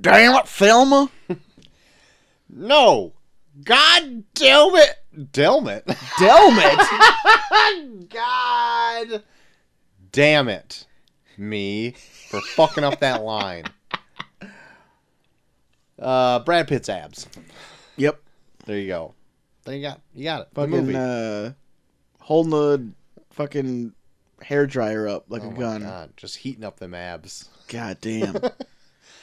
damn it, Thelma. No. God damn it. Damn it. Delmit. God damn it. Me for fucking up that line. Uh, Brad Pitt's abs. yep. There you go. There you got. You got it. The movie. Fucking uh, holding the fucking hair dryer up like oh a my gun. God, God, just heating up them abs. damn.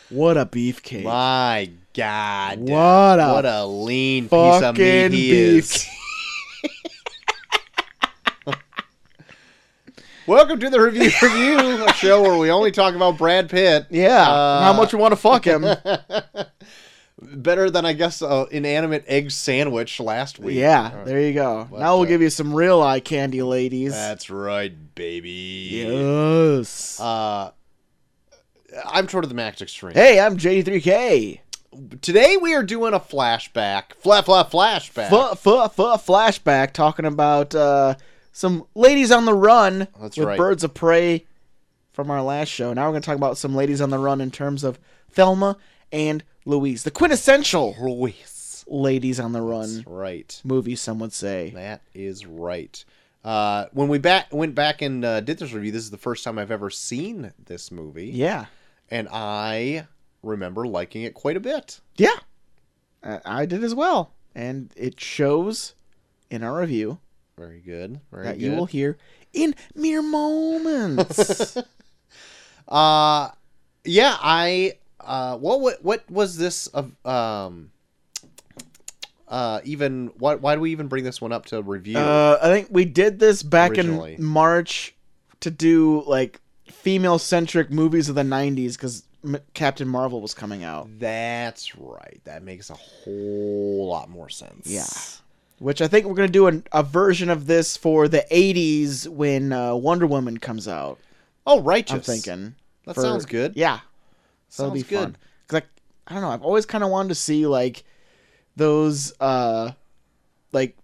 what a beefcake. My God. What a What a lean piece of meat fucking he beef. is. Welcome to the review review, a show where we only talk about Brad Pitt. Yeah. Uh, how much you want to fuck him? Better than I guess uh, inanimate egg sandwich last week. yeah. Uh, There you go. What now we'll the- give you some real eye candy, ladies. that's right, baby. yes. Uh, I'm short of the max extreme. hey, I'm J3K. Today we are doing a flashback, flat flat flashback. Fu- fu- fu- flashback talking about uh, some ladies on the run That's with right. birds of prey from our last show. Now we're going to talk about some ladies on the run in terms of Thelma and Louise, the quintessential Ruiz. ladies on the run That's right. movie. Some would say. That is right. Uh, when we back went back and uh, did this review, this is the first time I've ever seen this movie, Yeah, and I remember liking it quite a bit. yeah, I, I did as well, and it shows in our review Very good. Very that good. you will hear in mere moments. Uh yeah, I uh what what, what was this of um uh even why why do we even bring this one up to review? Uh, I think we did this back Originally. in March to do like female centric movies of the 90s because M- Captain Marvel was coming out, That's right. That makes a whole lot more sense. Yeah. which I think we're going to do an, a version of this for the 80s when uh, Wonder Woman comes out. Oh, righteous. I'm thinking. That for- sounds good. Yeah. sounds That'll be good. fun. Cause like, I don't know. I've always kind of wanted to see like those, uh, like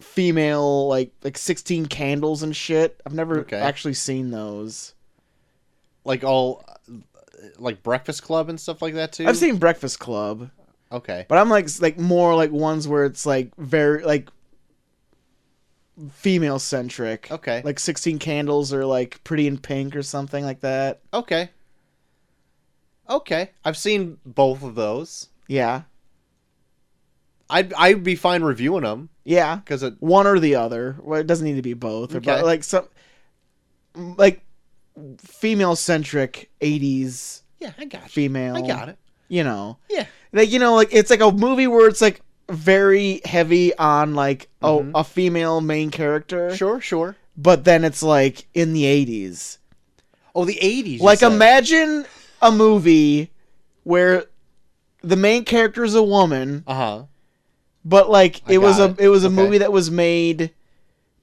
female like like 16 candles and shit. I've never Okay. actually seen those. Like all uh, like Breakfast Club and stuff like that too. I've seen Breakfast Club, Okay. but I'm like like more like ones where it's like very like female centric. Okay. Like Sixteen Candles or like Pretty in Pink or something like that. Okay. Okay. I've seen both of those. Yeah, I'd I'd be fine reviewing them yeah. because it One or the other. Well, it doesn't need to be both. Or Okay. but like some like female centric '80s yeah I got you. female. I got it. You know. Yeah. like you know like it's like a movie where it's like very heavy on like Mhm. a, a female main character Sure, sure. but then it's like in the 80s Oh, the eighties. like imagine a movie where the main character is a woman Uh huh. but like I it was a got it. it was a Okay. movie that was made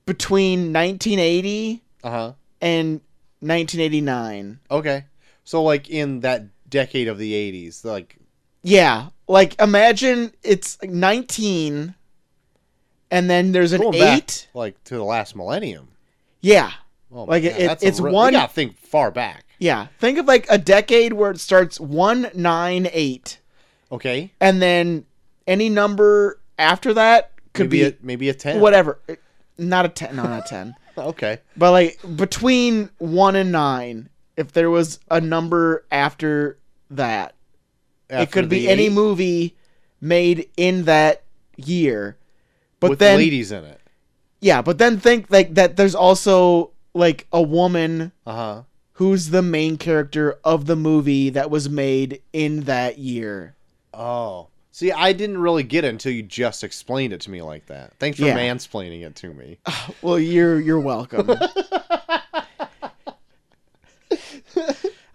between 1980 Uh huh. and 1989 Okay. So like in that decade of the eighties, like yeah like imagine it's like 19 and then there's an going 8 back like to the last millennium. yeah Oh, Like, it- that's a it's real- one- You gotta think far back. Yeah. Think of like a decade where it starts 198 Okay. and then any number after that could maybe be a, maybe a ten. whatever. Not a 10, no, not a 10. Okay. but like between 1 and 9, if there was a number after that, it After could be the any eight, movie made in that year. But with then ladies in it. yeah, but then think like that there's also like a woman Uh huh. who's the main character of the movie that was made in that year. Oh. See, I didn't really get it until you just explained it to me like that. Thanks for Yeah. mansplaining it to me. Well, you're you're welcome.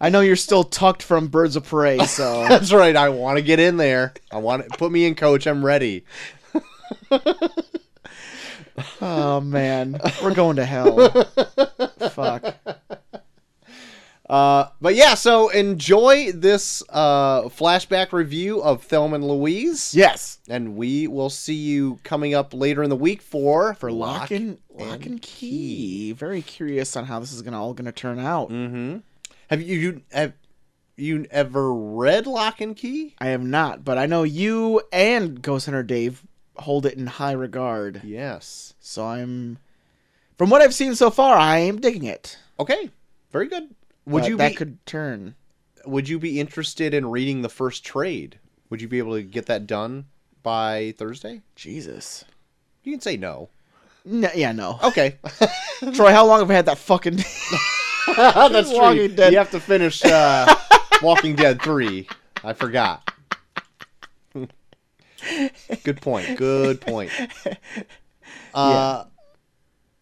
I know you're still tucked from Birds of Prey, so That's right. I want to get in there. I want to put me in coach. I'm ready. oh man, we're going to hell. Fuck. Uh, but yeah, so enjoy this uh, flashback review of Thelma and Louise. Yes. And we will see you coming up later in the week for For lock and lock and and Mm. key. Very curious on how this is gonna all gonna turn out. Mm-hmm. Have you, you have you ever read Lock and Key? I am not, but I know you and Ghost Hunter Dave hold it in high regard. Yes. So I'm, from what I've seen so far, I am digging it. Okay. Very good. Would But you Uh, that be could turn? Would you be interested in reading the first trade? Would you be able to get that done by Thursday? Jesus. You can say no. No, yeah, no. Okay. Troy, how long have I had that fucking? That's true. Walking Dead. You have to finish uh, Walking Dead 3. I forgot. Good point. Good point. Uh,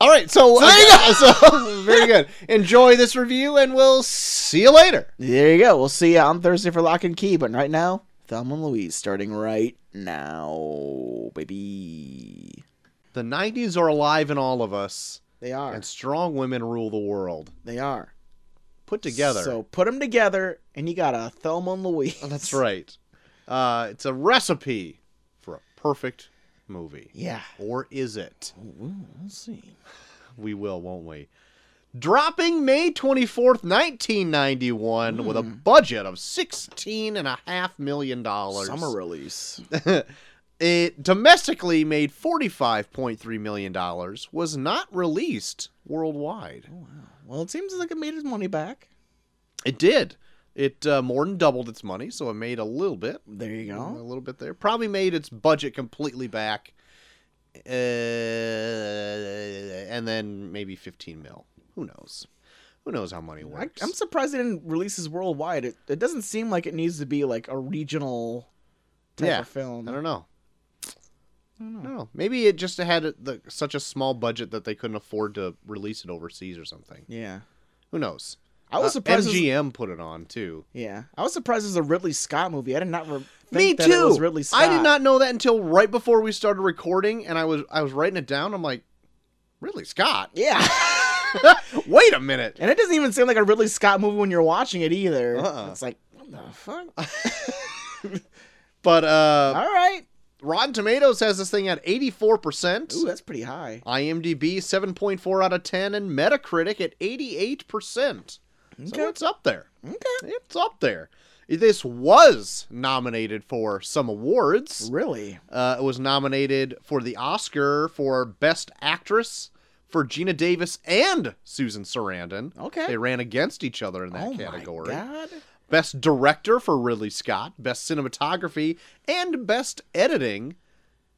All right. So, so very good. Enjoy this review, and we'll see you later. there you go. We'll see you on Thursday for Lock and Key. But right now, Thelma and Louise starting right now, baby. The 90s are alive in all of us, They are. and strong women rule the world. they are Put together. Oh, So put them together, and you got a Thelma and Louise. That's right. Uh, it's a recipe for a perfect movie. Yeah. Or is it? We'll see. We will, won't we? Dropping May 24th, 1991, with a budget of $16.5 million. Summer release. It domestically made $45.3 million, was not released worldwide. Well, it seems like it made his money back. It did. It uh, more than doubled its money, so it made a little bit. There you A go. little bit there. Probably made its budget completely back. Uh, and then maybe 15 mil. Who knows? Who knows how money I, works? I'm surprised they didn't release this worldwide. It, it doesn't seem like it needs to be like a regional type Yeah, of film. I don't know. I don't know. Maybe it just had a- the, such a small budget that they couldn't afford to release it overseas or something. Yeah. Who knows? I was Uh, surprised. it was- MGM put it on too. yeah, I was surprised it was a Ridley Scott movie. I did not. Re- think Me that too. It was Ridley Scott. I did not know that until right before we started recording, and I was I was writing it down. I'm like, Ridley Scott. Yeah. Wait a minute. and it doesn't even seem like a Ridley Scott movie when you're watching it either. Uh-uh. It's like what the fuck. But uh, All right. Rotten Tomatoes has this thing at 84%. Ooh, that's pretty high. IMDb 7.4 out of 10 and Metacritic at 88%. Okay. So it's up there. Okay. It's up there. This was nominated for some awards. Really? Uh, it was nominated for the Oscar for Best Actress for Gina Davis and Susan Sarandon. Okay. They ran against each other in that oh category. my god. Best Director for Ridley Scott, Best Cinematography, and Best Editing.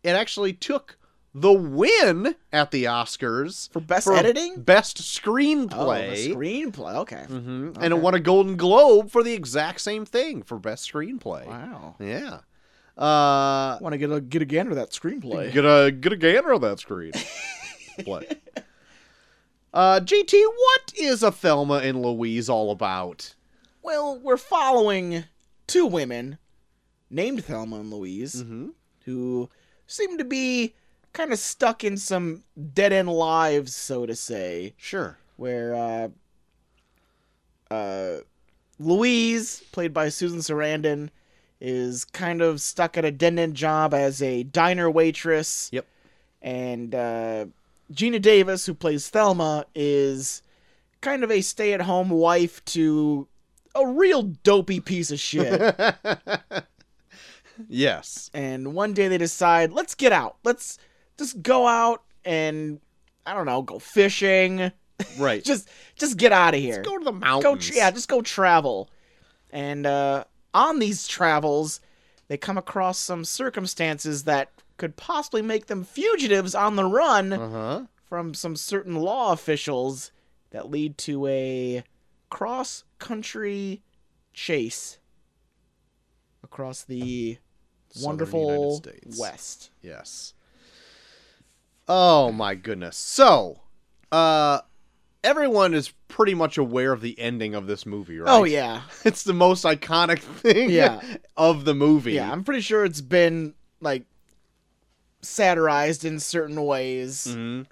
It actually took the win at the Oscars For best editing? Best Oh, Screenplay. the screenplay. Okay. hmm And it won a Golden Globe for the exact same thing for Best Screenplay. Wow. Yeah. Uh, Want to get a get a gander of that screenplay? Get a get a gander on that screen. Play. Uh, GT, what is a Thelma and Louise all about? Well, we're following two women named Thelma and Louise Mm-hmm. who seem to be kind of stuck in some dead end lives, so to say, Sure. where uh, uh, Louise, played by Susan Sarandon, is kind of stuck at a dead end job as a diner waitress. Yep. And uh, Gina Davis, who plays Thelma, is kind of a stay at home wife to a real dopey piece of shit. yes. and one day they decide let's get out let's just go out and i don't know go fishing Right. just just get out of here go to the go mountains. tr- yeah just go travel and uh on these travels they come across some circumstances that could possibly make them fugitives on the run Uh huh. from some certain law officials that lead to a cross country chase across the wonderful West. Yes. Oh my goodness. So, uh, everyone is pretty much aware of the ending of this movie, right? Oh yeah, It's the most iconic thing Yeah. of the movie. yeah. I'm pretty sure it's been like satirized in certain ways. Mhm.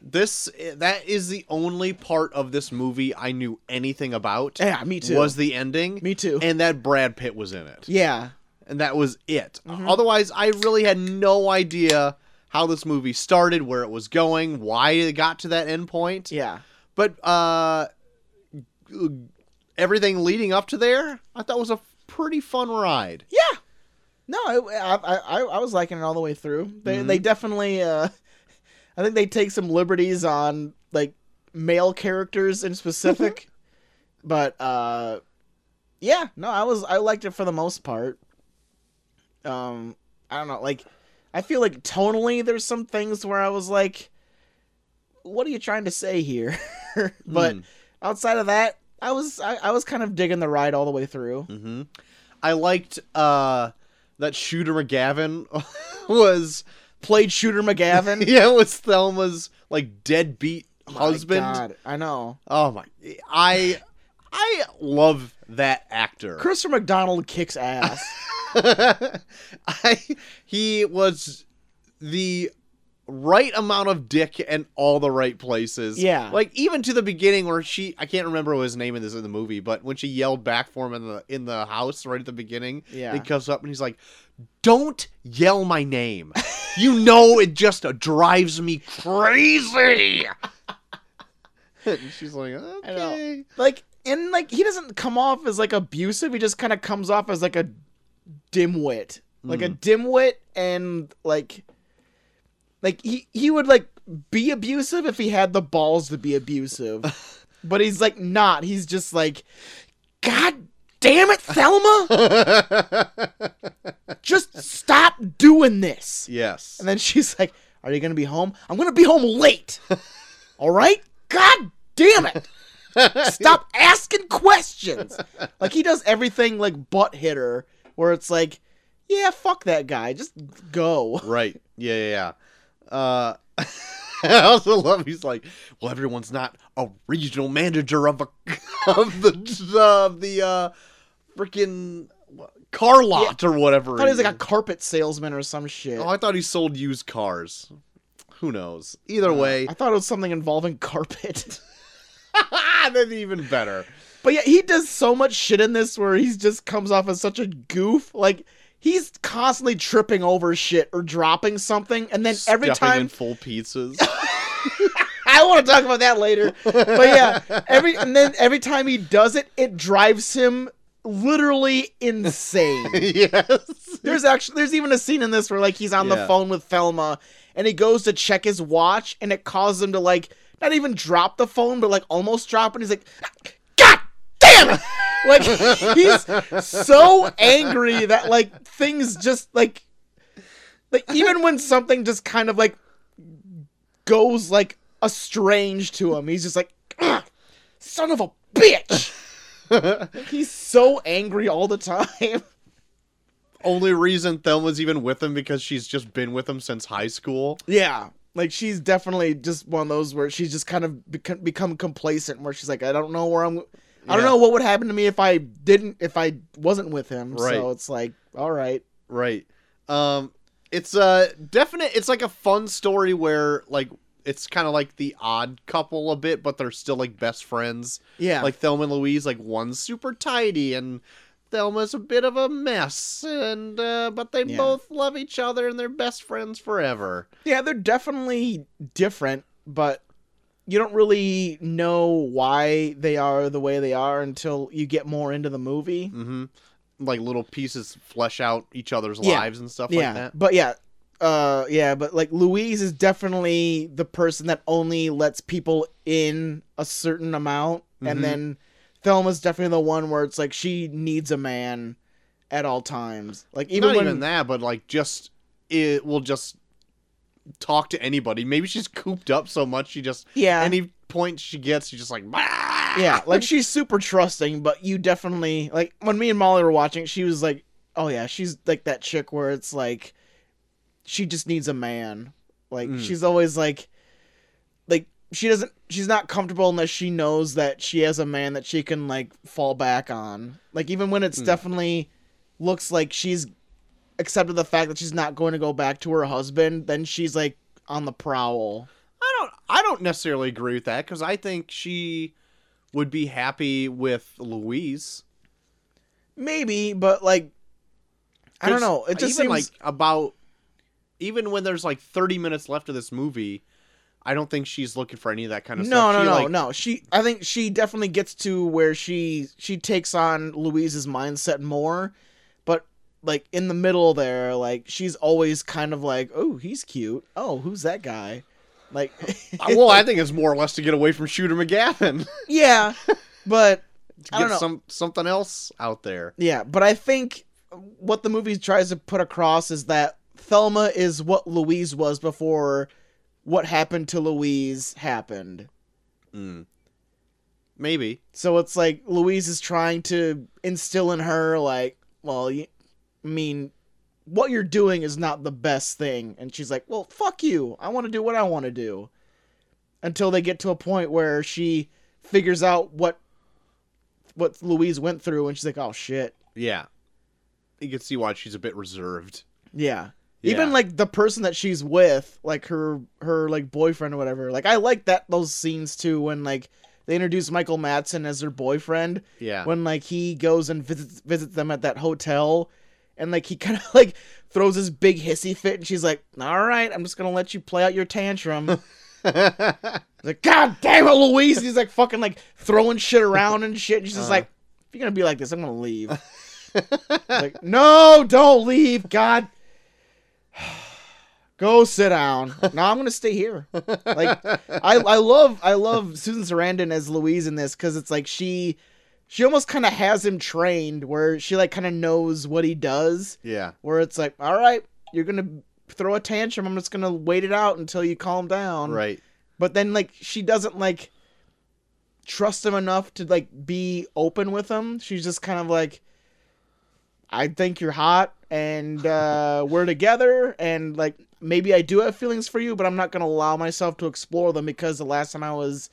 This that is the only part of this movie I knew anything about. Yeah, Eh, me too. Was the ending. me too. And that Brad Pitt was in it. yeah, And that was it. Mm-hmm. Otherwise, I really had no idea how this movie started, where it was going, why it got to that end point. yeah. But uh everything leading up to there, I thought was a pretty fun ride. Yeah. No, I, I, I, I was liking it all the way through. They, they definitely, uh, I think they take some liberties on like male characters in specific, but uh, yeah, no, I was I liked it for the most part. Um, I don't know, like I feel like tonally, there's some things where I was like, what are you trying to say here? Hmm. but outside of that, I was I, I was kind of digging the ride all the way through. Mm-hmm. I liked uh, that Shooter McGavin was Played Shooter McGavin. yeah was Thelma's like deadbeat husband. Oh My God, I know. Oh my! I I love that actor. Christopher McDonald kicks ass. I he was the right amount of dick and all the right places. Yeah. Like even to the beginning where she I can't remember what his name in this in the movie, but when she yelled back for him in the in the house right at the beginning, Yeah. he comes up and he's like, Don't yell my name. you know it just drives me crazy. and she's like, I know. Okay. like and like he doesn't come off as like abusive. He just kind of comes off as like a dimwit, like a dimwit, and like like he he would like be abusive if he had the balls to be abusive, but he's like not. He's just like, God damn it, Thelma, just stop doing this. yes. And then she's like, Are you going to be home? I'm going to be home late. All right? God damn it. Stop asking questions. Like, he does everything like butt hitter, where it's like, Yeah, fuck that guy. Just go. Right. Yeah, yeah, yeah. Uh, I also love he's like, well, everyone's not a regional manager of a of the of the uh, freaking car lot or whatever. I thought he it was like a is. carpet salesman or some shit. oh, I thought he sold used cars. Who knows? Either way, Uh, I thought it was something involving carpet. then even better. But yeah, he does so much shit in this where he just comes off as such a goof. Like he's constantly tripping over shit or dropping something, and then every Stuffing time in full pizzas. I want to talk about that later. But yeah, every and then every time he does it, it drives him literally insane. yes. there's actually there's even a scene in this where like he's on the Yeah. phone with Thelma and he goes to check his watch and it causes him to like not even drop the phone but like almost drop and he's like god damn it. Like he's so angry that like things just like like even when something just kind of like goes like estranged to him, he's just like, "Ugh, son of a bitch. Like, he's so angry all the time. Only reason Thelma's even with him because she's just been with him since high school. Yeah. Like she's definitely just one of those where she's just kind of become, become complacent where she's like I don't know where I'm I don't Yeah. know what would happen to me if I didn't if I wasn't with him. Right. So it's like all right. Right. Um it's a definite it's like a fun story where like it's kind of like the odd couple a bit but they're still like best friends. Yeah. Like Thelma and Louise like one's super tidy and Thelma's a bit of a mess and uh but they Yeah. both love each other and they're best friends forever. Yeah, they're definitely different, but you don't really know why they are the way they are until you get more into the movie. Mhm. Like little pieces flesh out each other's Yeah. lives and stuff yeah, like that. but yeah, uh, yeah, but like Louise is definitely the person that only lets people in a certain amount, Mhm. and then Thelma's definitely the one where it's like she needs a man at all times. Like even Not when even that, but like just it will just talk to anybody. Maybe she's cooped up so much she just yeah, any point she gets, she's just like, "Bah!" yeah, like she's super trusting, but you definitely like when me and Molly were watching, she was like, "Oh yeah, she's like that chick where it's like she just needs a man." Like Mm. she's always like like she doesn't she's not comfortable unless she knows that she has a man that she can like fall back on. Like even when it's Mm. definitely looks like she's accepted the fact that she's not going to go back to her husband, then she's like on the prowl. I don't, I don't necessarily agree with that because I think she would be happy with Louise. Maybe, but like I don't know. It just even seems like about even when there's like 30 minutes left of this movie, I don't think she's looking for any of that kind of No, stuff. no, She, no, like- no. She, I think she definitely gets to where she she takes on Louise's mindset more, but like in the middle there, like she's always kind of like, oh, he's cute. Oh, who's that guy? Like, uh, well, I think it's more or less to get away from Shooter McGavin. yeah, but to I don't get know. some something else out there. yeah, but I think what the movie tries to put across is that Thelma is what Louise was before what happened to Louise happened. Mm. Maybe. So it's like Louise is trying to instill in her, like, well, you, I mean, what you're doing is not the best thing. And she's like, well, fuck you. I want to do what I want to do. Until they get to a point where she figures out what what Louise went through, and she's like, oh shit, Yeah. You can see why she's a bit reserved. yeah. Yeah. Even like the person that she's with, like her her like boyfriend or whatever. Like I like that those scenes too when like they introduce Michael Madsen as her boyfriend yeah. when like he goes and visits visits them at that hotel and like he kind of like throws his big hissy fit and she's like all right i'm just gonna let you play out your tantrum He's like god damn it louise And he's like fucking like throwing shit around and shit and she's just Uh-huh. like if you're gonna be like this i'm gonna leave like no don't leave god go sit down no i'm gonna stay here like I, I love I love Susan Sarandon as Louise in this because it's like she she almost kind of has him trained where she like kind of knows what he does yeah. where it's like all right you're gonna throw a tantrum I'm just gonna wait it out until you calm down Right. but then like she doesn't like trust him enough to like be open with him she's just kind of like I think you're hot and uh we're together and like maybe I do have feelings for you but I'm not going to allow myself to explore them because the last time I was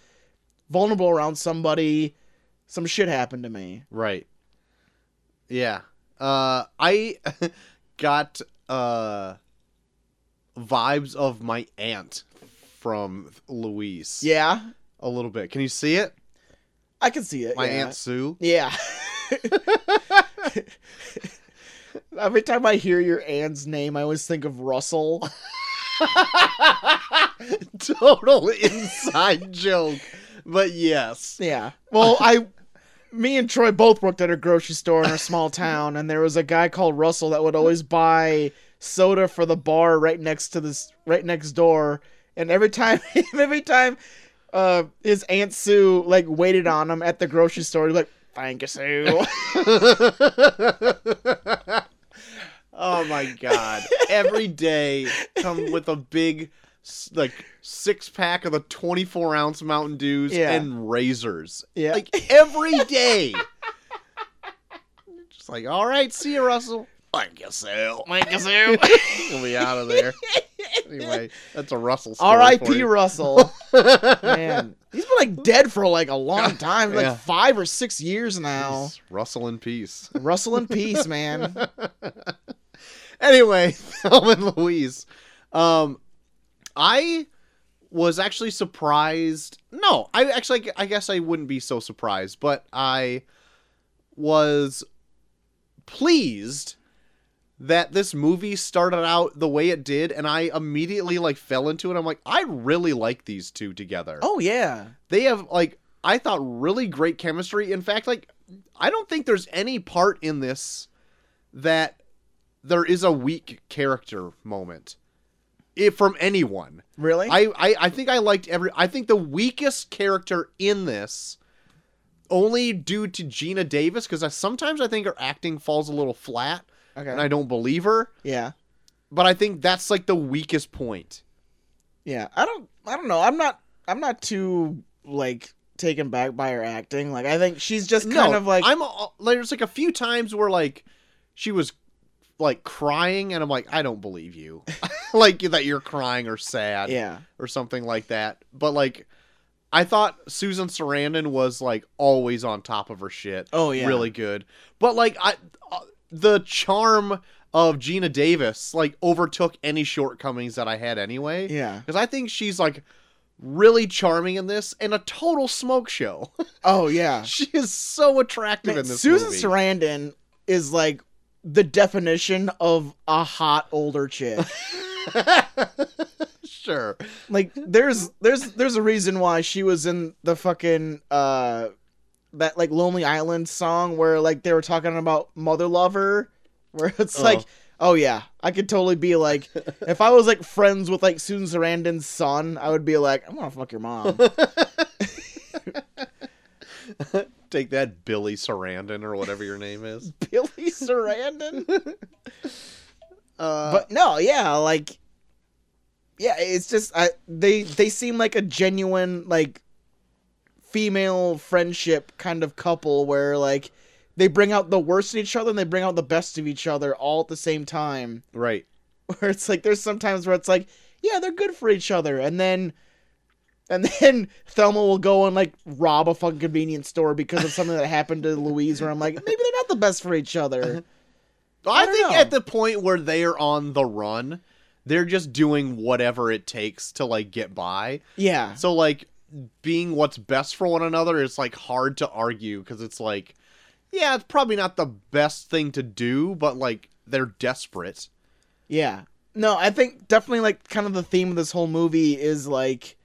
vulnerable around somebody some shit happened to me Right. Yeah. Uh I got uh vibes of my aunt from Louise. yeah A little bit. Can you see it? I can see it My yeah. aunt Sue. yeah Every time I hear your aunt's name, I always think of Russell. Total inside joke. But yes. Yeah. Well, I, me and Troy both worked at a grocery store in our small town, and there was a guy called Russell that would always buy soda for the bar right next to this, right next door. And every time, every time, uh, his aunt Sue like waited on him at the grocery store, he'd be like, "Thank you, Sue." oh my god. Every day come with a big s- like six pack of the 24 ounce Mountain Dews Yeah. and razors. yeah. Like every day. Just like, all right, see you, Russell. Thank you, Sue. Thank you, Sue. We'll be out of there. Anyway, that's a Russell story. for R.I.P. you. Russell. Man, he's been like dead for like a long time, like Yeah. five or six years now. Jeez, Russell in peace. Russell in peace, man. anyway, Thelma and Louise. Um, I was actually surprised. No, I actually, I guess I wouldn't be so surprised, but I was pleased that this movie started out the way it did, and I immediately like fell into it. I'm like, I really like these two together. Oh yeah. They have like, I thought really great chemistry. In fact, like, I don't think there's any part in this that there is a weak character moment if from anyone. Really? I, I I think I liked every. I think the weakest character in this, only due to Gina Davis, because I, sometimes I think her acting falls a little flat, okay. and I don't believe her. yeah. But I think that's like the weakest point. Yeah. I don't I don't know. I'm not I'm not too like taken back by her acting. Like I think she's just kind no, of like I'm all- like, there's like a few times where like she was like crying, and I'm like, I don't believe you, like that you're crying or sad. Yeah. or something like that. But like, I thought Susan Sarandon was like always on top of her shit. Oh, yeah. really good. But like, I uh, the charm of Gina Davis like overtook any shortcomings that I had anyway. Yeah. because I think she's like really charming in this and a total smoke show. Oh yeah. she is so attractive Man, in this. Susan movie. Sarandon is like the definition of a hot older chick. sure. Like there's there's there's a reason why she was in the fucking uh that like Lonely Island song where like they were talking about mother lover where it's Oh. like oh yeah, I could totally be like if I was like friends with like Susan Sarandon's son, I would be like I want to fuck your mom. Take that, Billy Sarandon, or whatever your name is. Billy Sarandon? Uh, but no, yeah, like, yeah, it's just I, they they seem like a genuine like female friendship kind of couple where like they bring out the worst in each other and they bring out the best of each other all at the same time. right. Where it's like there's sometimes where it's like yeah they're good for each other and then. And then Thelma will go and like rob a fucking convenience store because of something that happened to Louise. Where I'm like, maybe they're not the best for each other. I, I don't think know. at the point where they are on the run, they're just doing whatever it takes to like get by. Yeah, So like being what's best for one another is like hard to argue because it's like, yeah, it's probably not the best thing to do, but like they're desperate. Yeah. No, I think definitely like kind of the theme of this whole movie is like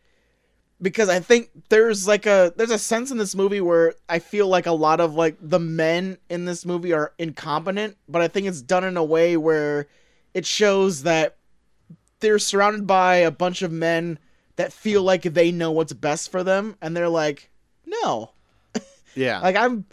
because I think there's like a there's a sense in this movie where I feel like a lot of like the men in this movie are incompetent, but I think it's done in a way where it shows that they're surrounded by a bunch of men that feel like they know what's best for them and they're like, "No. Yeah. Like I'm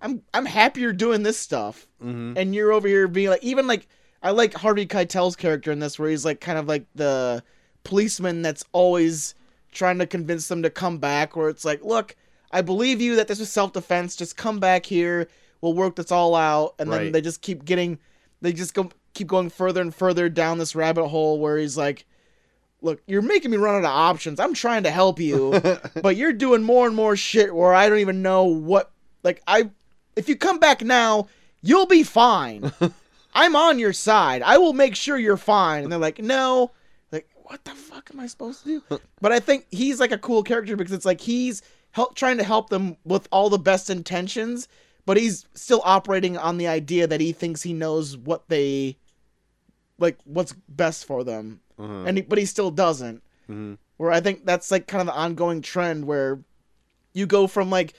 I'm I'm happier doing this stuff." hmm and you're over here being like even like I like Harvey Keitel's character in this where he's like kind of like the policeman that's always trying to convince them to come back where it's like look I believe you that this was self defense just come back here we'll work this all out and Right. then they just keep getting they just go keep going further and further down this rabbit hole where he's like look you're making me run out of options I'm trying to help you but you're doing more and more shit where I don't even know what like I if you come back now, you'll be fine. I'm on your side. I will make sure you're fine. And they're like, "No." Like, "What the fuck am I supposed to do?" But I think he's like a cool character because it's like he's help trying to help them with all the best intentions, but he's still operating on the idea that he thinks he knows what they like what's best for them. Mhm. And he, but he still doesn't Mhm. where I think that's like kind of the ongoing trend where you go from like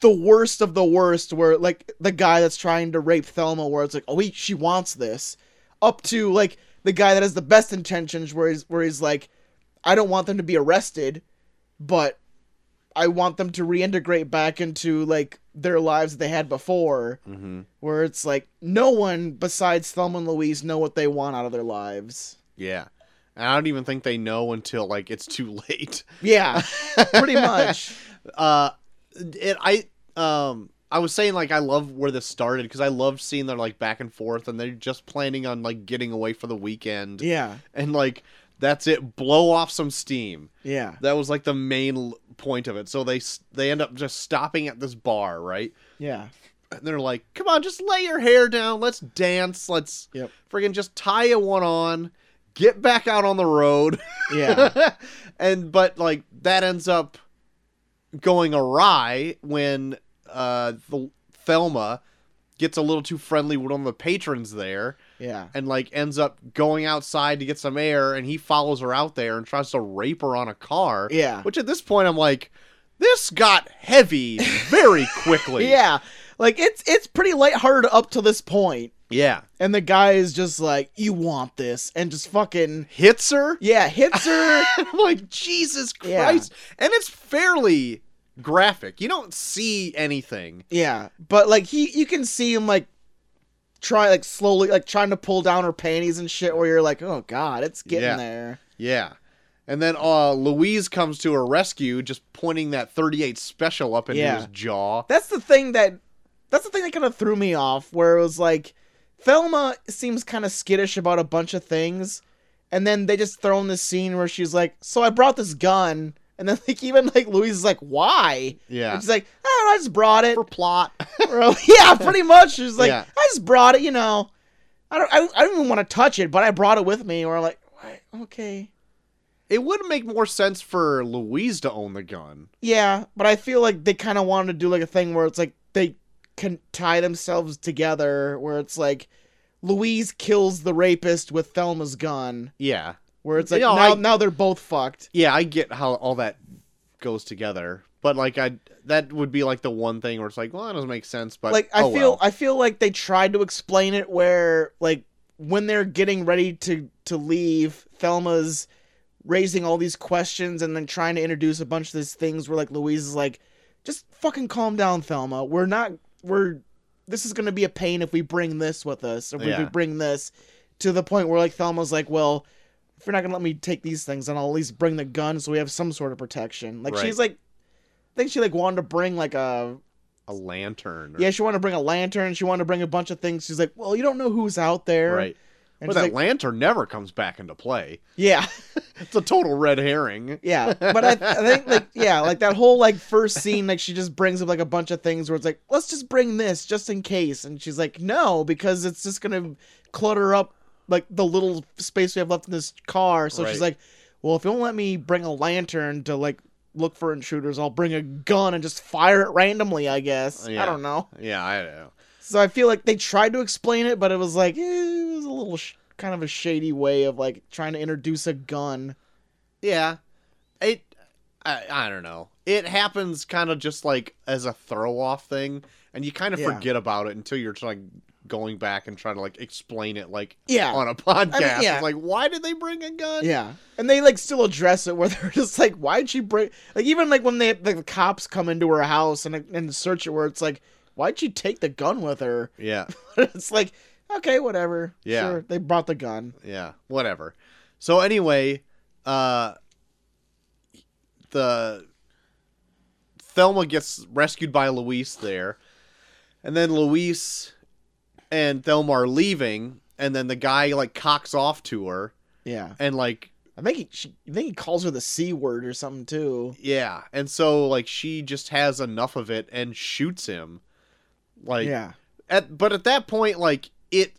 the worst of the worst, where like the guy that's trying to rape Thelma, where it's like, oh, he, she wants this, up to like the guy that has the best intentions, where he's where he's like, I don't want them to be arrested, but I want them to reintegrate back into like their lives that they had before, Mhm. where it's like no one besides Thelma and Louise know what they want out of their lives. Yeah. And I don't even think they know until like it's too late. Yeah, pretty much. uh it i um i was saying like i love where this started because i love seeing their like back and forth and they're just planning on like getting away for the weekend Yeah, and like that's it blow off some steam yeah, that was like the main l- point of it so they s- they end up just stopping at this bar right yeah. and they're like come on just lay your hair down let's dance let's Yep. friggin' just tie a one on get back out on the road Yeah. and but like that ends up going awry when uh the Thelma gets a little too friendly with one of the patrons there Yeah. and like ends up going outside to get some air and he follows her out there and tries to rape her on a car. Yeah. Which at this point I'm like this got heavy very quickly. Yeah. Like it's it's pretty lighthearted up to this point. Yeah. And the guy is just like, You want this and just fucking Hits her. Yeah, hits her. I'm like Jesus Yeah. Christ. And it's fairly graphic. You don't see anything. yeah. But like he you can see him like try like slowly like trying to pull down her panties and shit where you're like, Oh god, it's getting Yeah. there. Yeah. And then uh, Louise comes to her rescue, just pointing that 38 special up into Yeah. his jaw. That's the thing that that's the thing that kind of threw me off where it was like Thelma seems kind of skittish about a bunch of things and then they just throw in this scene where she's like, "So I brought this gun." And then like even like Louise is like, "Why?" Yeah. And she's like, "I don't know, I just brought it." For plot. Bro. yeah, pretty much. She's like, Yeah. "I just brought it, you know. I don't I, don't- I don't even want to touch it, but I brought it with me." And we're like, what? "Okay." it would make more sense for Louise to own the gun. Yeah, but I feel like they kind of wanted to do like a thing where it's like they can tie themselves together, where it's like Louise kills the rapist with Thelma's gun, Yeah. where it's like You know, now I- now they're both fucked. yeah, I get how all that goes together, but like I that would be like the one thing where it's like, well, that doesn't make sense. But like I oh feel well. I feel like they tried to explain it where like when they're getting ready to to leave, Thelma's raising all these questions and then trying to introduce a bunch of these things where like Louise is like, just fucking calm down, Thelma. We're not we're this is gonna be a pain if we bring this with us or if we Yeah. bring this to the point where like Thelma's like, well, if you're not gonna let me take these things, then I'll at least bring the gun so we have some sort of protection. Like Right. she's like, I think she like wanted to bring like a a lantern. or- yeah, she wanted to bring a lantern. She wanted to bring a bunch of things. She's like, well, you don't know who's out there. right. And but she's that like, lantern never comes back into play. yeah, It's a total red herring. yeah. But I, I think, like, yeah, like that whole, like, first scene, like, she just brings up, like, a bunch of things where it's like, let's just bring this just in case. And she's like, no, because it's just going to clutter up, like, the little space we have left in this car. So she's Right. like, well, if you won't let me bring a lantern to, like, look for intruders, I'll bring a gun and just fire it randomly, I guess. I Yeah. don't know. Yeah, I don't know. So I feel like they tried to explain it, but it was like eh, it was a little sh- kind of a shady way of like trying to introduce a gun. Yeah, it. I, I don't know. It happens kind of just like as a throw off thing, and you kind of Yeah. forget about it until you're trying going back and trying to like explain it like Yeah, on a podcast. yeah. It's like, why did they bring a gun? yeah. And they like still address it where they're just like, why'd she break? Like even like when they like, the cops come into her house and and search it, where it's like, why'd she take the gun with her? yeah, it's like, okay, whatever. Yeah. sure, they brought the gun. yeah, whatever. So anyway, uh, the Thelma gets rescued by Luis there, and then Luis and Thelma are leaving, and then the guy like cocks off to her, Yeah, and like I think he she, I think he calls her the c word or something too. yeah, and so like she just has enough of it and shoots him, like yeah, at but at that point like it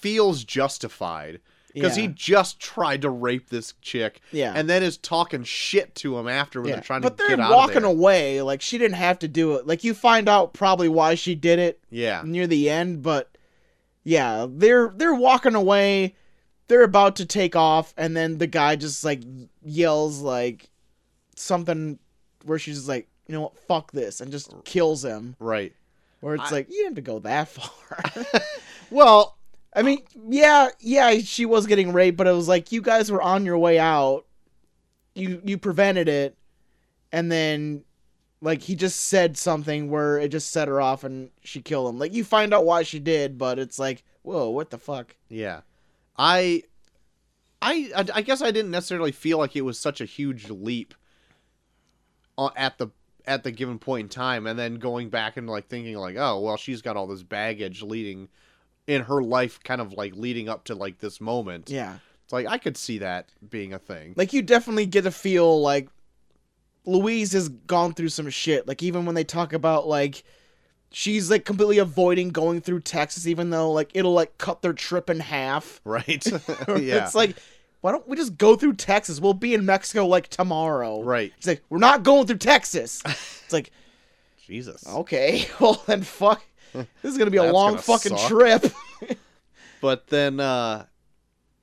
feels justified because he yeah. just tried to rape this chick yeah. and then is talking shit to him after when Yeah, they're trying but to they're get out walking of there. away like she didn't have to do it like you find out probably why she did it Yeah, near the end but yeah they're they're walking away they're about to take off and then the guy just like yells like something where she's just like you know what fuck this and just kills him right. where it's I- like you didn't have to go that far Well, i mean yeah yeah she was getting raped but it was like you guys were on your way out you you prevented it and then like he just said something where it just set her off and she killed him like you find out why she did but it's like whoa what the fuck yeah. I I I- I guess I didn't necessarily feel like it was such a huge leap o- at the at the given point in time and then going back and like thinking like, "Oh, well, she's got all this baggage leading in her life kind of like leading up to like this moment." yeah It's like I could see that being a thing. like you definitely get to feel like louise has gone through some shit like even when they talk about like she's like completely avoiding going through texas even though like it'll like cut their trip in half Right? yeah. It's like, why don't we just go through Texas? We'll be in Mexico like tomorrow. Right. It's like, we're not going through Texas. It's like, Jesus. okay, well then fuck. This is gonna be a That's long gonna fucking suck. trip. But then, uh,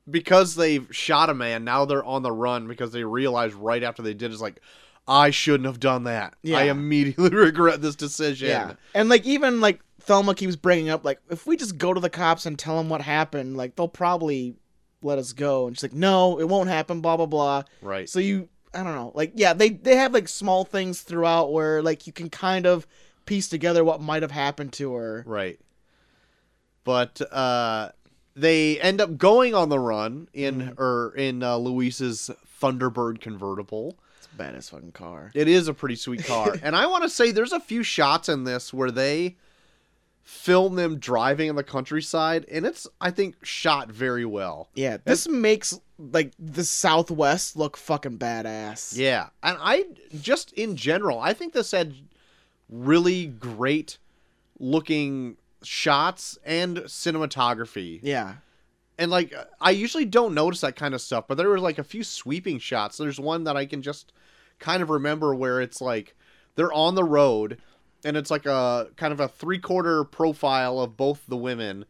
because they've shot a man, now they're on the run because they realize right after they did, it's like, I shouldn't have done that. Yeah. I immediately regret this decision. Yeah. And like even like Thelma keeps bringing up like if we just go to the cops and tell them what happened, like they'll probably let us go. And she's like, no, it won't happen. Blah blah blah. Right. So you, I don't know, like yeah, they they have like small things throughout where like you can kind of piece together what might have happened to her. Right. But uh, they end up going on the run in Mm-hmm. or in uh, Luis's Thunderbird convertible. It's a badass fucking car. It is a pretty sweet car. and I want to say there's a few shots in this where they film them driving in the countryside and it's I think shot very well. Yeah, this makes like the Southwest look fucking badass. Yeah. And I just in general, I think this had really great looking shots and cinematography. yeah, And like I usually don't notice that kind of stuff, but there were like a few sweeping shots. There's one that I can just kind of remember where it's like they're on the road and it's like a kind of a three-quarter profile of both the women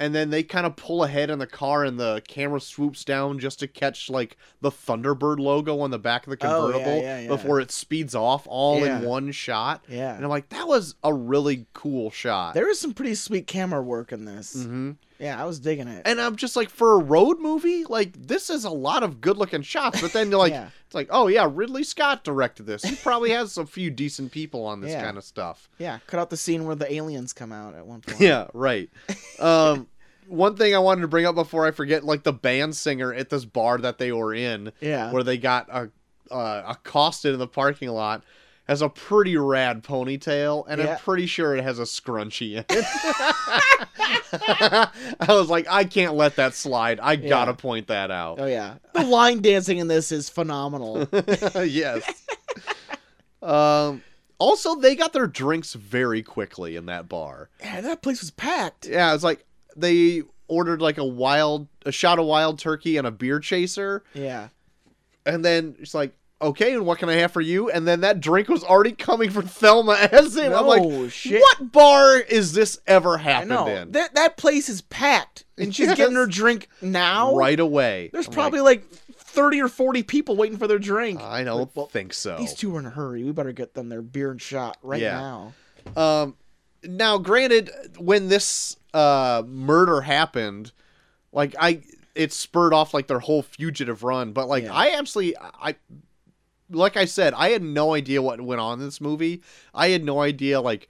and then they kind of pull ahead in the car, and the camera swoops down just to catch like the Thunderbird logo on the back of the Oh, yeah, convertible yeah, yeah. before it speeds off all Yeah. in one shot. And Yeah. I'm like, that was a really cool shot. There is some pretty sweet camera work in this. hmm Yeah, I was digging it. And I'm just like, for a road movie, like this is a lot of good looking shots. But then you're like, yeah. it's like, oh yeah, Ridley Scott directed this. He probably has a few decent people on this Yeah. kind of stuff. yeah, cut out the scene where the aliens come out at one point. Yeah, right. Um, one thing I wanted to bring up before I forget, like the band singer at this bar that they were in, Yeah. where they got uh, uh, accosted in the parking lot, has a pretty rad ponytail, and Yeah. I'm pretty sure it has a scrunchie in it. I was like, I can't let that slide. I Yeah. gotta point that out. Oh yeah. The line dancing in this is phenomenal. yes. um. Also, they got their drinks very quickly in that bar. yeah, that place was packed. Yeah, it's like they ordered like a wild a shot of wild turkey and a beer chaser, Yeah. and then it's like, okay, and what can I have for you? And then that drink was already coming from Thelma as in. I'm like, Oh, shit. what bar is this ever I happened know. in? That that place is packed. And she's Yes. getting her drink now. Right away. There's I'm probably like, Uh, like, 30 or 40 people waiting for their drink. I don't Like, well, think so. These two are in a hurry. We better get them their beer and shot right Yeah. now. Um, now, granted, when this uh murder happened, like I, it spurred off like their whole fugitive run. But like Yeah. I actually, I, like I said, I had no idea what went on in this movie. I had no idea like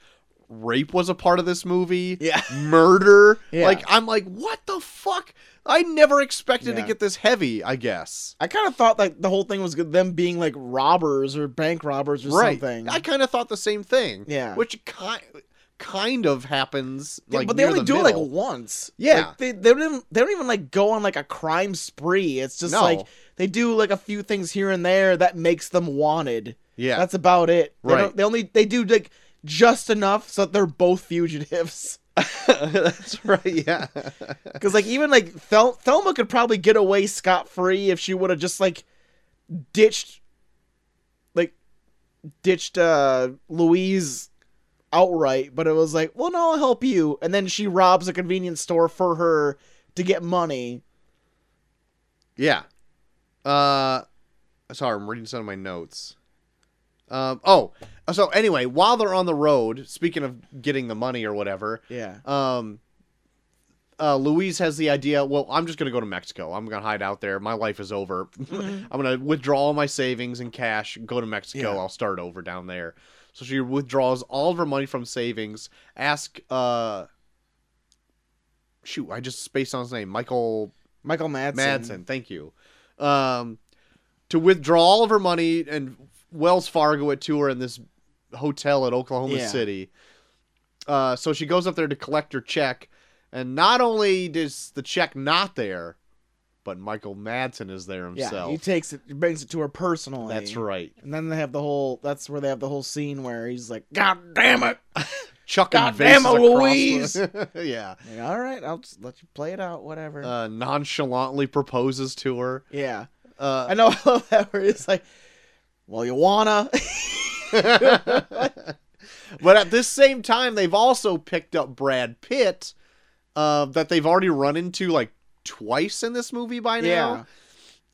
rape was a part of this movie. Yeah. Murder. Yeah. Like I'm like, what the fuck? I never expected Yeah. to get this heavy. I guess. I kind of thought like the whole thing was good- them being like robbers or bank robbers or Right. something. I kind of thought the same thing. Yeah. Which kind kind of happens. Yeah, Like, but they near only the do it middle. like once. Yeah. Like, they they don't even, they don't even like go on like a crime spree. It's just No. like they do like a few things here and there that makes them wanted. Yeah. That's about it. They Right. don't- They only they do like just enough so that they're both fugitives. That's right. Yeah. Because like even like Thel- Thelma could probably get away scot free if she would have just like ditched, like ditched uh Louise outright. But it was like, well, no, I'll help you, and then she robs a convenience store for her to get money. yeah. Uh, sorry, I'm reading some of my notes. Um, oh, so anyway, while they're on the road, speaking of getting the money or whatever, Yeah. um, uh, Louise has the idea. Well, I'm just gonna go to Mexico. I'm gonna hide out there. My life is over. I'm gonna withdraw all my savings and cash. Go to Mexico. Mm-hmm. Yeah. I'll start over down there. So she withdraws all of her money from savings. Ask uh, shoot, I just spaced on his name, Michael Michael Madsen. Madsen, thank you. Um, to withdraw all of her money and Wells Fargo it to her in this hotel at Oklahoma Yeah. City. Uh, so she goes up there to collect her check, and not only is the check not there, but Michael Madsen is there Yeah, himself. he takes it, brings it to her personally. That's right. And then they have the whole. That's where they have the whole scene where he's like, "God damn it!" Chucking God vases damn it, across Louise! the- yeah. Like, All right, I'll just let you play it out. Whatever. Uh, nonchalantly proposes to her. yeah. Uh, I know I love that where it's like, well, you wanna. but at this same time, they've also picked up Brad Pitt, uh, that they've already run into like twice in this movie by now.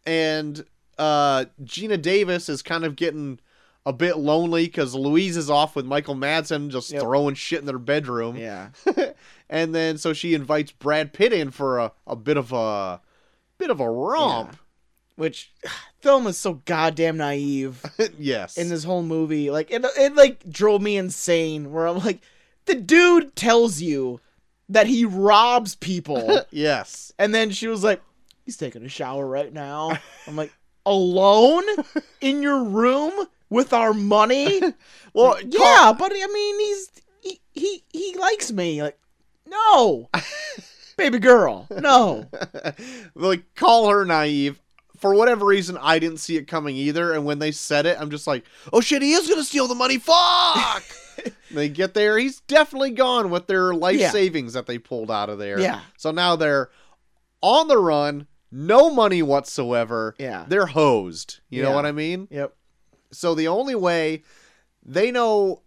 And uh, Gina Davis is kind of getting a bit lonely because Louise is off with Michael Madsen just Yep. throwing shit in their bedroom. Yeah. And then so she invites Brad Pitt in for a, a bit of a bit of a romp. Which film is so goddamn naive yes. in this whole movie. Like it it like drove me insane where I'm like, the dude tells you that he robs people. yes. and then she was like, He's taking a shower right now. I'm like, alone in your room with our money? Well, Carl- Yeah, but I mean, he's he he, he likes me. Like, no, baby girl, no. like call her naive. For whatever reason, I didn't see it coming either. And when they said it, I'm just like, oh shit, he is gonna steal the money. Fuck. they get there, he's definitely gone with their life Yeah. savings that they pulled out of there. Yeah. So now they're on the run, no money whatsoever. Yeah. They're hosed. You know Yeah. what I mean? Yep. So the only way they know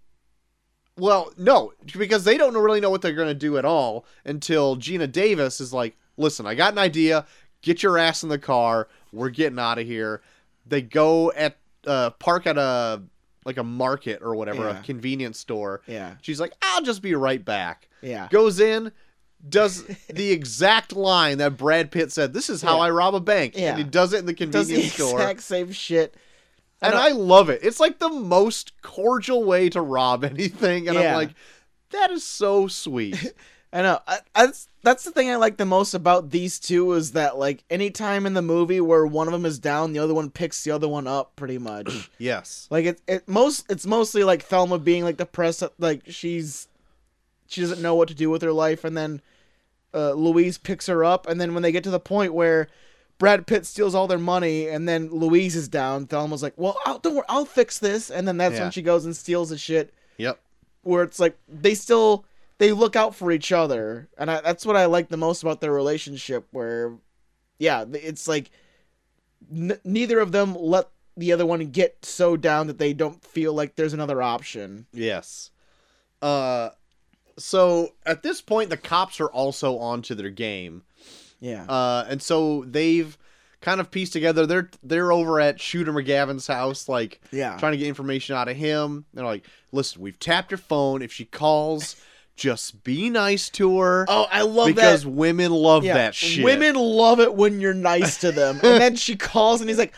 Well, no, because they don't really know what they're going to do at all until Gina Davis is like, "Listen, I got an idea. Get your ass in the car. We're getting out of here." They go at uh, park at a like a market or whatever, Yeah. a convenience store. Yeah. She's like, "I'll just be right back." Yeah. Goes in, does the exact line that Brad Pitt said. This is how Yeah. I rob a bank, Yeah. and he does it in the Does convenience the store. exact same shit. And don't- I love it. It's like the most cordial way to rob anything. And I'm Yeah. like, that is so sweet. I know. I, I, that's- that's the thing I like the most about these two is that like any time in the movie where one of them is down, the other one picks the other one up, pretty much. yes. like it, it most it's mostly like Thelma being like depressed, that, like she's she doesn't know what to do with her life, and then uh, Louise picks her up, and then when they get to the point where Brad Pitt steals all their money, and then Louise is down, Thelma's like, "Well, I'll, don't worry, I'll fix this," and then that's Yeah. when she goes and steals the shit Yep. where it's like they still they look out for each other and I, that's what i like the most about their relationship where yeah th- it's like n- neither of them let the other one get so down that they don't feel like there's another option Yes. Uh, so at this point, the cops are also onto their game. yeah Uh, and so they've kind of pieced together. They're they're over at Shooter McGavin's house, like yeah trying to get information out of him. They're like, listen, we've tapped her phone. If she calls, just be nice to her. oh i love because that women love yeah. that shit. women love it when you're nice to them and then she calls and he's like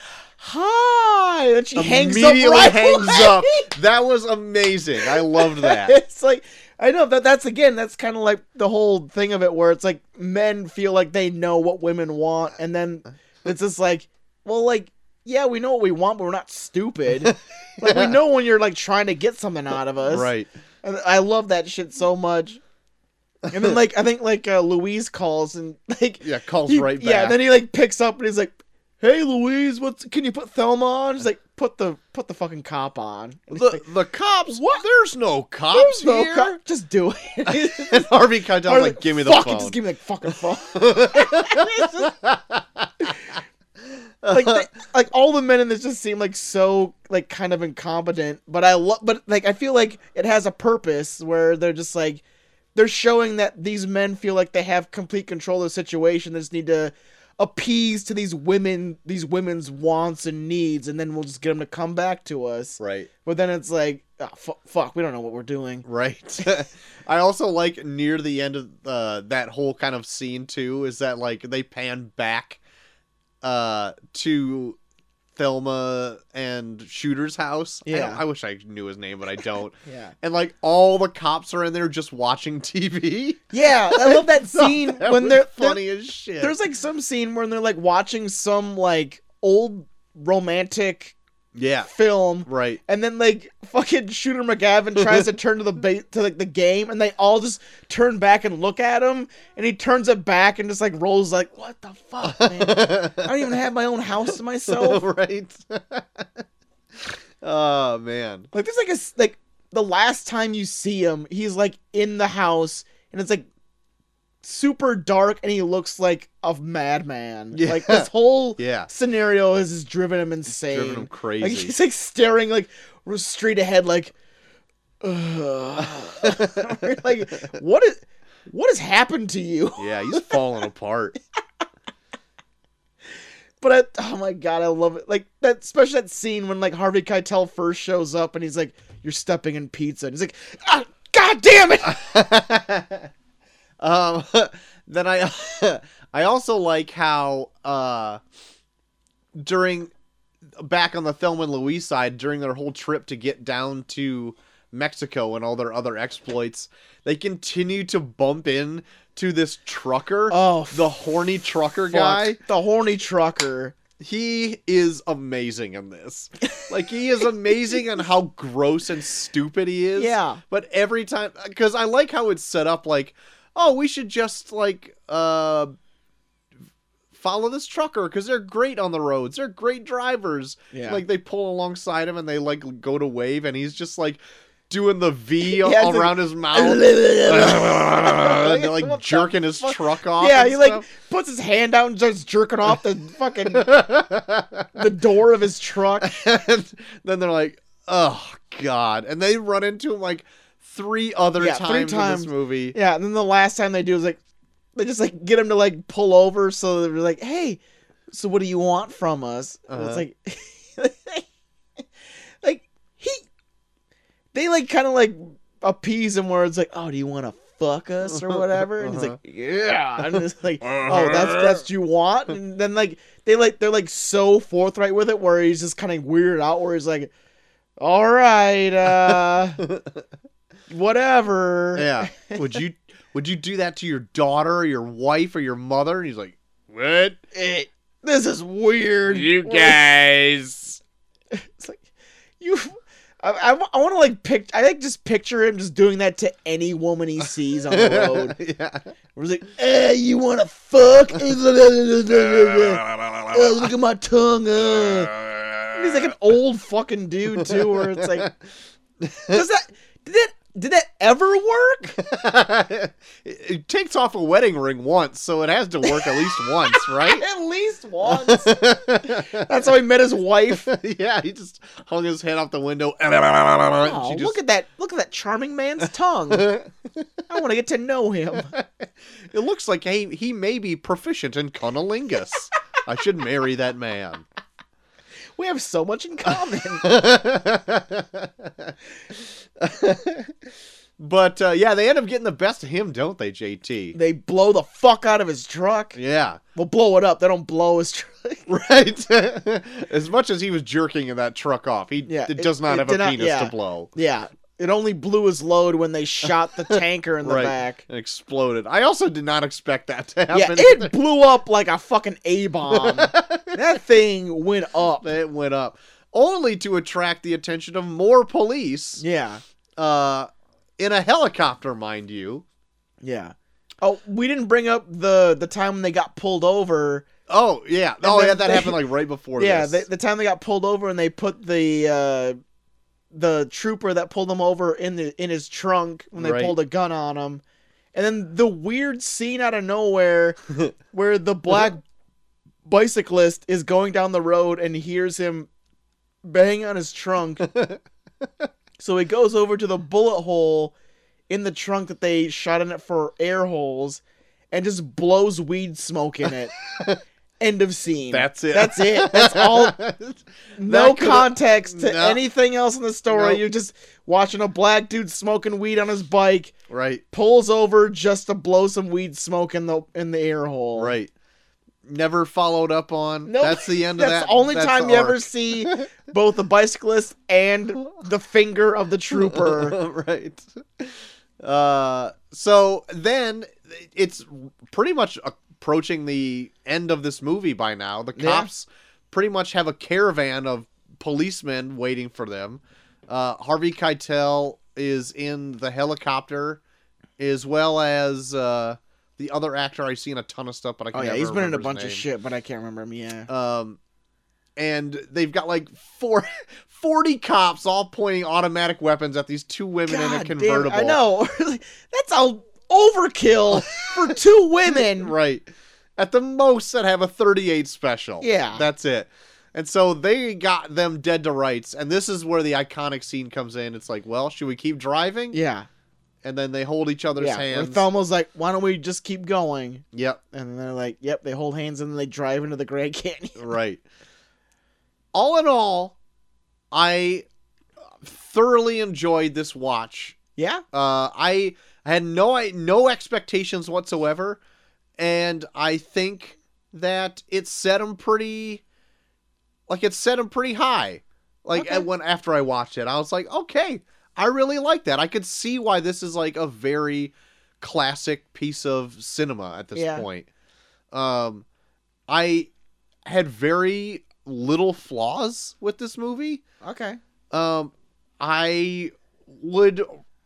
hi and she hangs up immediately right hangs away. up. That was amazing. I loved that. it's like I know that that's again that's kind of like the whole thing of it where it's like men feel like they know what women want and then it's just like well like yeah we know what we want but we're not stupid like we know when you're like trying to get something out of us right. and I love that shit so much and then like I think like uh, Louise calls and like Yeah, calls he- right back. yeah then he like picks up and he's like hey Louise what's can you put Thelma on she's like put the put the fucking cop on And he's the like, the cops. What? There's no cops "There's no here. cop- just do it and Harvey Keitel's Or, like, "Give me the fuck it, phone." just give me the fucking phone. It's just- like, they- like all the men in this just seem like so like kind of incompetent. But I love, but like I feel like it has a purpose where they're just like they're showing that these men feel like they have complete control of the situation. They just need to appease to these women, these women's wants and needs, and then we'll just get them to come back to us. right. But then it's like, ah, fu- fuck, we don't know what we're doing. Right. I also like near the end of uh, that whole kind of scene too is that like they pan back uh, to Thelma and Shooter's house. I don't- Yeah. I wish I knew his name, but I don't. Yeah. and like all the cops are in there just watching TV. Yeah, I love that scene That when was they're they're- funny as shit. There's like some scene where they're like watching some like old romantic yeah, film, right. and then like fucking Shooter McGavin tries to turn to the ba- to like the game, and they all just turn back and look at him, and he turns it back and just like rolls like, "What the fuck, Oh, man? I don't even have my own house to myself." right. oh man. Like there's like a s- like the last time you see him, he's like in the house, and it's like super dark, and he looks like a madman. Yeah. Like this whole Yeah. scenario has just driven him insane. Driven him crazy. Like he's like staring like r- straight ahead, like, ugh. like what is what has happened to you? yeah, he's falling apart. But I, oh my god, I love it. Like that, especially that scene when like Harvey Keitel first shows up and he's like, "You're stepping in pizza," and he's like, ah, "God damn it!" um, then I, I also like how uh, during back on the Thelma and Louise side during their whole trip to get down to Mexico and all their other exploits, they continue to bump in to this trucker, Oh, the horny trucker fuck. guy. the horny trucker. He is amazing in this. Like he is amazing on how gross and stupid he is. Yeah. But every time, because I like how it's set up, like, oh, we should just like uh follow this trucker because they're great on the roads. They're great drivers. Yeah. Like they pull alongside him and they like go to wave, and he's just like doing the V Yeah, it's around his mouth. yeah, and they're like What the jerking his fuck? truck off. and he like stuff. puts his hand out and starts jerking off the fucking the door of his truck. and then they're like, "Oh God!" And they run into him like three other Yeah, three times, in times. this movie. Yeah, and then the last time they do is like they just like get him to like pull over, so they're like, "Hey, so what do you want from us?" And Uh-huh. It's like, like he, they like kind of like appease him where it's like, "Oh, do you want to fuck us or whatever?" And he's Uh-huh. like, "Yeah," and it's like, Uh-huh. "Oh, that's that's what you want." And then like they like they're like so forthright with it where he's just kind of weirded out where he's like, "All right, uh, whatever." Yeah. would you would you do that to your daughter or your wife or your mother? And he's like, What? it, this is weird. guys. It's like you. I, I, want to like pic. I like just picture him just doing that to any woman he sees on the road. yeah. Where he's like, "Eh, you want to fuck? Eh, blah, blah, blah, blah, blah, blah. Eh, look at my tongue." Uh. And he's like an old fucking dude too. Where it's like, does that did that did that ever work? it, it takes off a wedding ring once, so it has to work at least once, right? At least once. That's how he met his wife. yeah, he just hung his head off the window. Oh, look at that! Look at that charming man's tongue. I want to get to know him. It looks like he, he may be proficient in cunnilingus. I should marry that man. We have so much in common. but uh, yeah, they end up getting the best of him, don't they, JT? they blow the fuck out of his truck. Yeah, Well, blow it up. They don't blow his truck. right. as much as he was jerking in that truck off, he Yeah, it, it- does not it have a did not- penis yeah. to blow. yeah. It only blew his load when they shot the tanker in the right, back. and exploded. I also did not expect that to Yeah, happen. it blew up like a fucking A bomb. that thing went up. it went up only to attract the attention of more police. Yeah. uh, in a helicopter, mind you. Yeah. Oh, we didn't bring up the the time when they got pulled over. Oh yeah, oh then yeah, that they- happened like right before. yeah, this. the, the time they got pulled over and they put the uh the trooper that pulled them over in the in his trunk when they Right. pulled a gun on him. And then the weird scene out of nowhere where the black bicyclist is going down the road and hears him bang on his trunk. so he goes over to the bullet hole in the trunk that they shot in it for air holes and just blows weed smoke in it. End of scene. That's it. That's it. That's all. No could've- context to No. anything else in the story. Nope. You're just watching a black dude smoking weed on his bike, right, pulls over just to blow some weed smoke in the in the air hole. right. Never followed up on. Nope. That's the end of That's that. the only that's time the you ever arc. see both the bicyclist and the finger of the trooper. right. Uh, so then it's pretty much approaching the end of this movie by now. The Yeah. cops pretty much have a caravan of policemen waiting for them. Uh, Harvey Keitel is in the helicopter, as well as uh, the other actor. I've seen a ton of stuff, but I Oh can't yeah, he's ever been in remember a his bunch of name. shit, but I can't remember him. Yeah. Um, and they've got like four, 40 cops all pointing automatic weapons at these two women in a God damn it, convertible. I know. That's all overkill for two women. Right. At the most, that have a 38 special. Yeah. That's it. And so they got them dead to rights. And this is where the iconic scene comes in. It's like, well, should we keep driving? Yeah. And then they hold each other's yeah. Where hands. Thelma's like, why don't we just keep going? Yep. And then they're like, yep, they hold hands and then they drive into the Grand Canyon. Right. All in all, I thoroughly enjoyed this watch. Yeah. Uh, I had no I, no expectations whatsoever, and I think that it set him pretty, like it set him pretty high. Like Okay. and when after I watched it, I was like, okay, I really like that. I could see why this is like a very classic piece of cinema at this Yeah. point. Um, I had very little flaws with this movie. Okay. Um, I would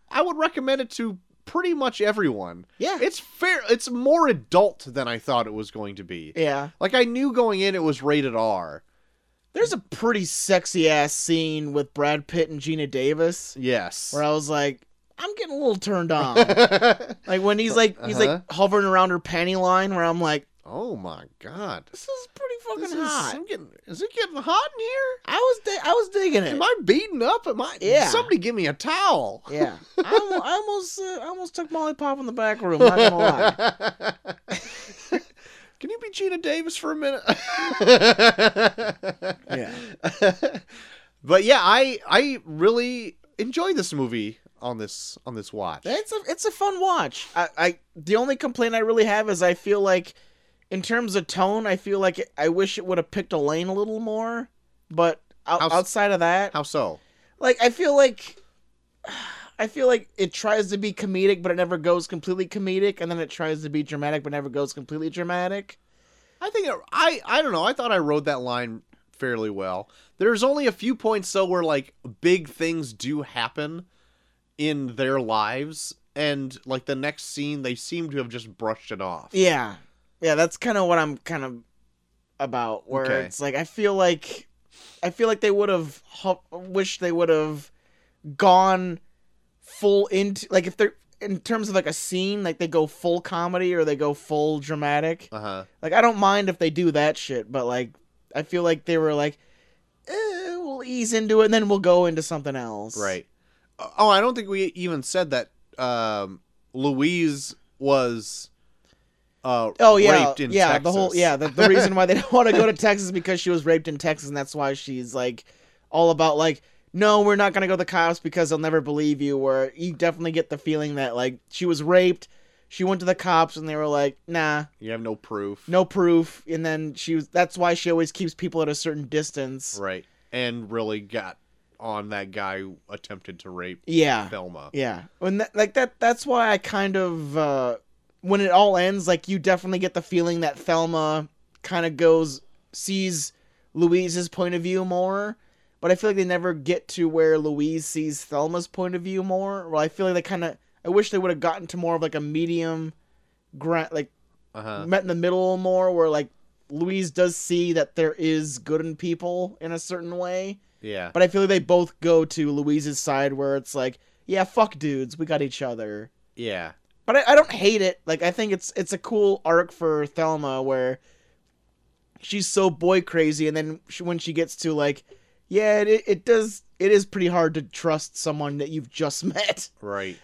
I would recommend it to pretty much everyone. Yeah. It's fair. It's more adult than I thought it was going to be. yeah. Like I knew going in, it was rated R. There's a pretty sexy ass scene with Brad Pitt and Gina Davis Yes. where I was like, I'm getting a little turned on. oh Like when he's like he's Uh-huh. like hovering around her panty line, where I'm like, Oh my god. this is pretty fucking This is, hot. I'm getting, is it getting hot in here? I was da- I was digging it. Am I beaten up? Am I? Yeah. Somebody give me a towel. yeah, I, almo- I almost uh, I almost took Molly Pop in the back room. Not gonna lie. Can you be Gina Davis for a minute? Yeah. but yeah, I I really enjoy this movie on this on this watch. It's a it's a fun watch. I, I the only complaint I really have is I feel like, in terms of tone, I feel like I wish it would have picked a lane a little more. But out, How's- outside of that, How so? like I feel like, I feel like it tries to be comedic, but it never goes completely comedic, and then it tries to be dramatic, but never goes completely dramatic. I think it- I I don't know. I thought I rode that line fairly well. There's only a few points though where like big things do happen in their lives, and like the next scene, they seem to have just brushed it off. Yeah, yeah, that's kind of what I'm kind of about. Where Okay. it's like I feel like I feel like they would have wished they would have gone full into like if they're in terms of like a scene like they go full comedy or they go full dramatic. Uh huh. Like I don't mind if they do that shit, but like I feel like they were like eh, we'll ease into it and then we'll go into something else. Right. Oh, I don't think we even said that um, Louise was uh, Oh yeah, raped in yeah. Texas. The whole yeah. The, the reason why they don't want to go to Texas is because she was raped in Texas, and that's why she's like all about like, no, we're not gonna go to the cops because they'll never believe you. Where you definitely get the feeling that like she was raped, she went to the cops, and they were like, nah, You have no proof. no proof. And then she was. That's why she always keeps people at a certain distance. Right. And really got on that guy who attempted to rape Yeah, Thelma. yeah. When that, like that, that's why I kind of uh when it all ends, like you definitely get the feeling that Thelma kind of goes sees Louise's point of view more, but I feel like they never get to where Louise sees Thelma's point of view more. Well, I feel like they kind of I wish they would have gotten to more of like a medium grant like Uh-huh. met in the middle more where like Louise does see that there is good in people in a certain way, Yeah. but I feel like they both go to Louise's side where it's like, yeah, fuck dudes, we got each other. Yeah. But I, I don't hate it. Like I think it's it's a cool arc for Thelma where she's so boy crazy, and then she, when she gets to like, yeah, it it does it is pretty hard to trust someone that you've just met. Right.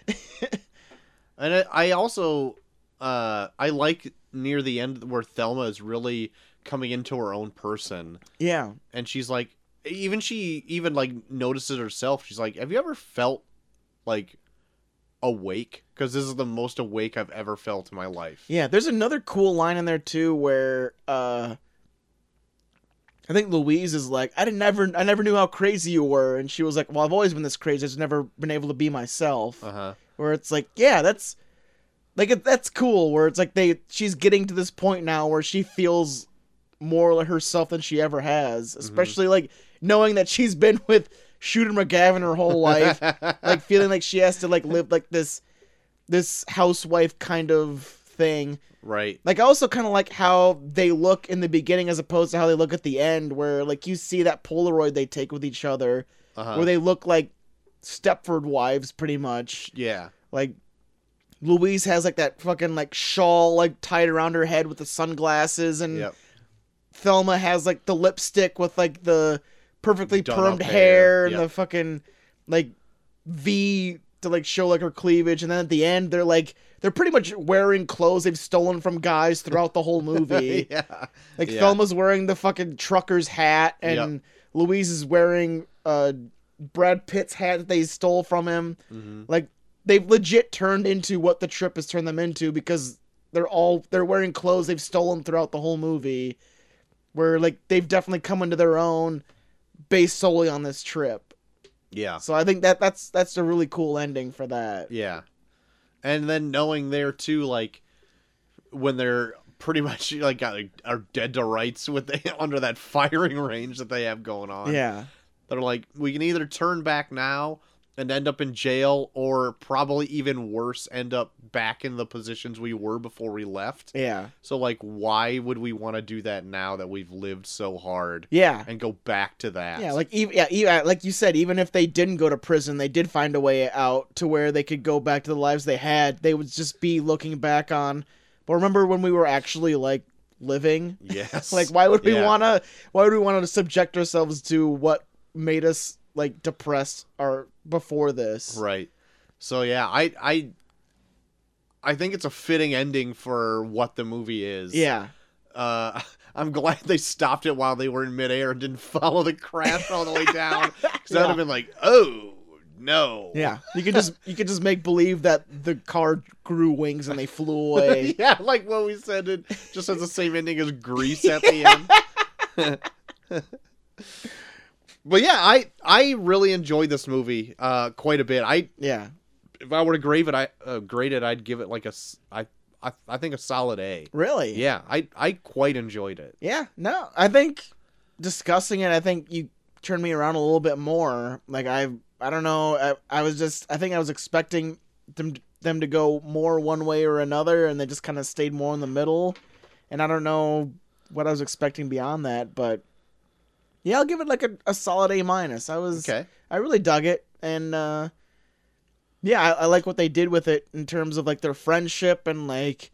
and I, I also uh, I like near the end where Thelma is really coming into her own person. Yeah, and she's like even she even like notices herself she's like have you ever felt like awake because this is the most awake i've ever felt in my life yeah. There's another cool line in there too where uh. I think Louise is like, I didn't never, I never knew how crazy you were, and she was like, well, I've always been this crazy. I've just never been able to be myself. uh-huh where it's like, yeah, that's like it, that's cool. Where it's like they she's getting to this point now where she feels more like herself than she ever has, especially like knowing that she's been with Shooter McGavin her whole life, like feeling like she has to like live like this this housewife kind of thing. right Like I also kind of like how they look in the beginning as opposed to how they look at the end, where like you see that Polaroid they take with each other, uh-huh where they look like Stepford wives pretty much. yeah Like Louise has like that fucking like shawl like tied around her head with the sunglasses and yep Thelma has like the lipstick with like the perfectly Done permed up hair, hair, and yep. the fucking like V to like show like her cleavage and then at the end they're like they're pretty much wearing clothes they've stolen from guys throughout the whole movie. yeah Like Yeah. Thelma's wearing the fucking trucker's hat, and Louise is wearing uh Brad Pitt's hat that they stole from him. Mhm. Like they've legit turned into what the trip has turned them into because they're all they're wearing clothes they've stolen throughout the whole movie. Where like they've definitely come into their own based solely on this trip. yeah So I think that that's that's a really cool ending for that. yeah and then knowing there too like when they're pretty much like got, are dead to rights with the, under that firing range that they have going on Yeah. they're like we can either turn back now and end up in jail or probably even worse end up back in the positions we were before we left Yeah. so like why would we want to do that now that we've lived so hard Yeah. and go back to that Yeah, like even yeah, even, like you said, even if they didn't go to prison, they did find a way out to where they could go back to the lives they had. They would just be looking back on. But remember when we were actually like living? yes Like, why would we Yeah. wanna? Why would we wanna subject ourselves to what made us like depressed or before this. Right. So yeah, I I I think it's a fitting ending for what the movie is. Yeah. Uh I'm glad they stopped it while they were in midair and didn't follow the crash all the way down. Because I'd Yeah. have been like, oh no. Yeah. You could just you could just make believe that the car grew wings and they flew away. yeah, like what we said, it just has the same ending as Grease at the end. but yeah, I I really enjoyed this movie uh, quite a bit. I yeah. if I were to grade it, I uh, grade it, I'd give it like a s- I I, I think a solid A. Really? Yeah, I I quite enjoyed it. Yeah, no, I think discussing it, I think you turned me around a little bit more. Like I, I don't know, I, I was just, I think I was expecting them them to go more one way or another, and they just kind of stayed more in the middle. And I don't know what I was expecting beyond that, but yeah, I'll give it like a, a solid A minus. I was, Okay. I really dug it, and uh, yeah, I, I like what they did with it in terms of like their friendship and like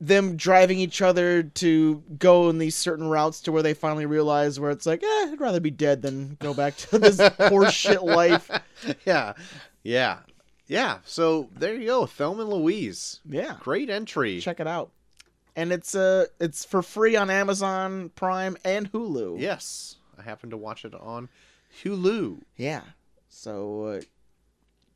them driving each other to go in these certain routes to where they finally realize where it's like, eh, I'd rather be dead than go back to this horseshit life. yeah, yeah, yeah. So there you go, Thelma and Louise. Yeah, Great entry. check it out, and it's uh, it's for free on Amazon Prime and Hulu. Yes, I happened to watch it on Hulu. yeah. So uh,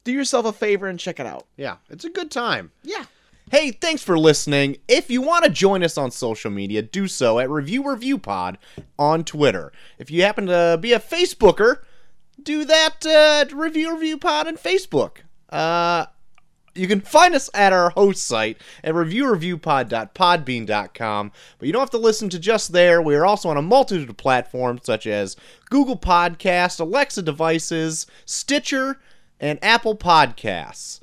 do yourself a favor and check it out. Yeah, it's a good time. Yeah. Hey, thanks for listening. If you want to join us on social media, do so at Review Review Pod on Twitter. If you happen to be a Facebooker, do that uh, at Review Review Pod on Facebook. Uh, you can find us at our host site at reviewreviewpod.podbean.com, but you don't have to listen to just there. We are also on a multitude of platforms such as Google Podcast, Alexa devices, Stitcher, and Apple Podcasts.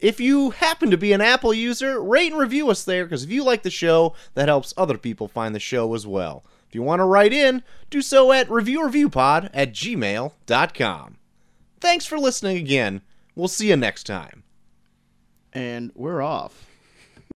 If you happen to be an Apple user, rate and review us there because if you like the show, that helps other people find the show as well. If you want to write in, do so at reviewreviewpod at gmail.com. Thanks for listening again. We'll see you next time. And we're off.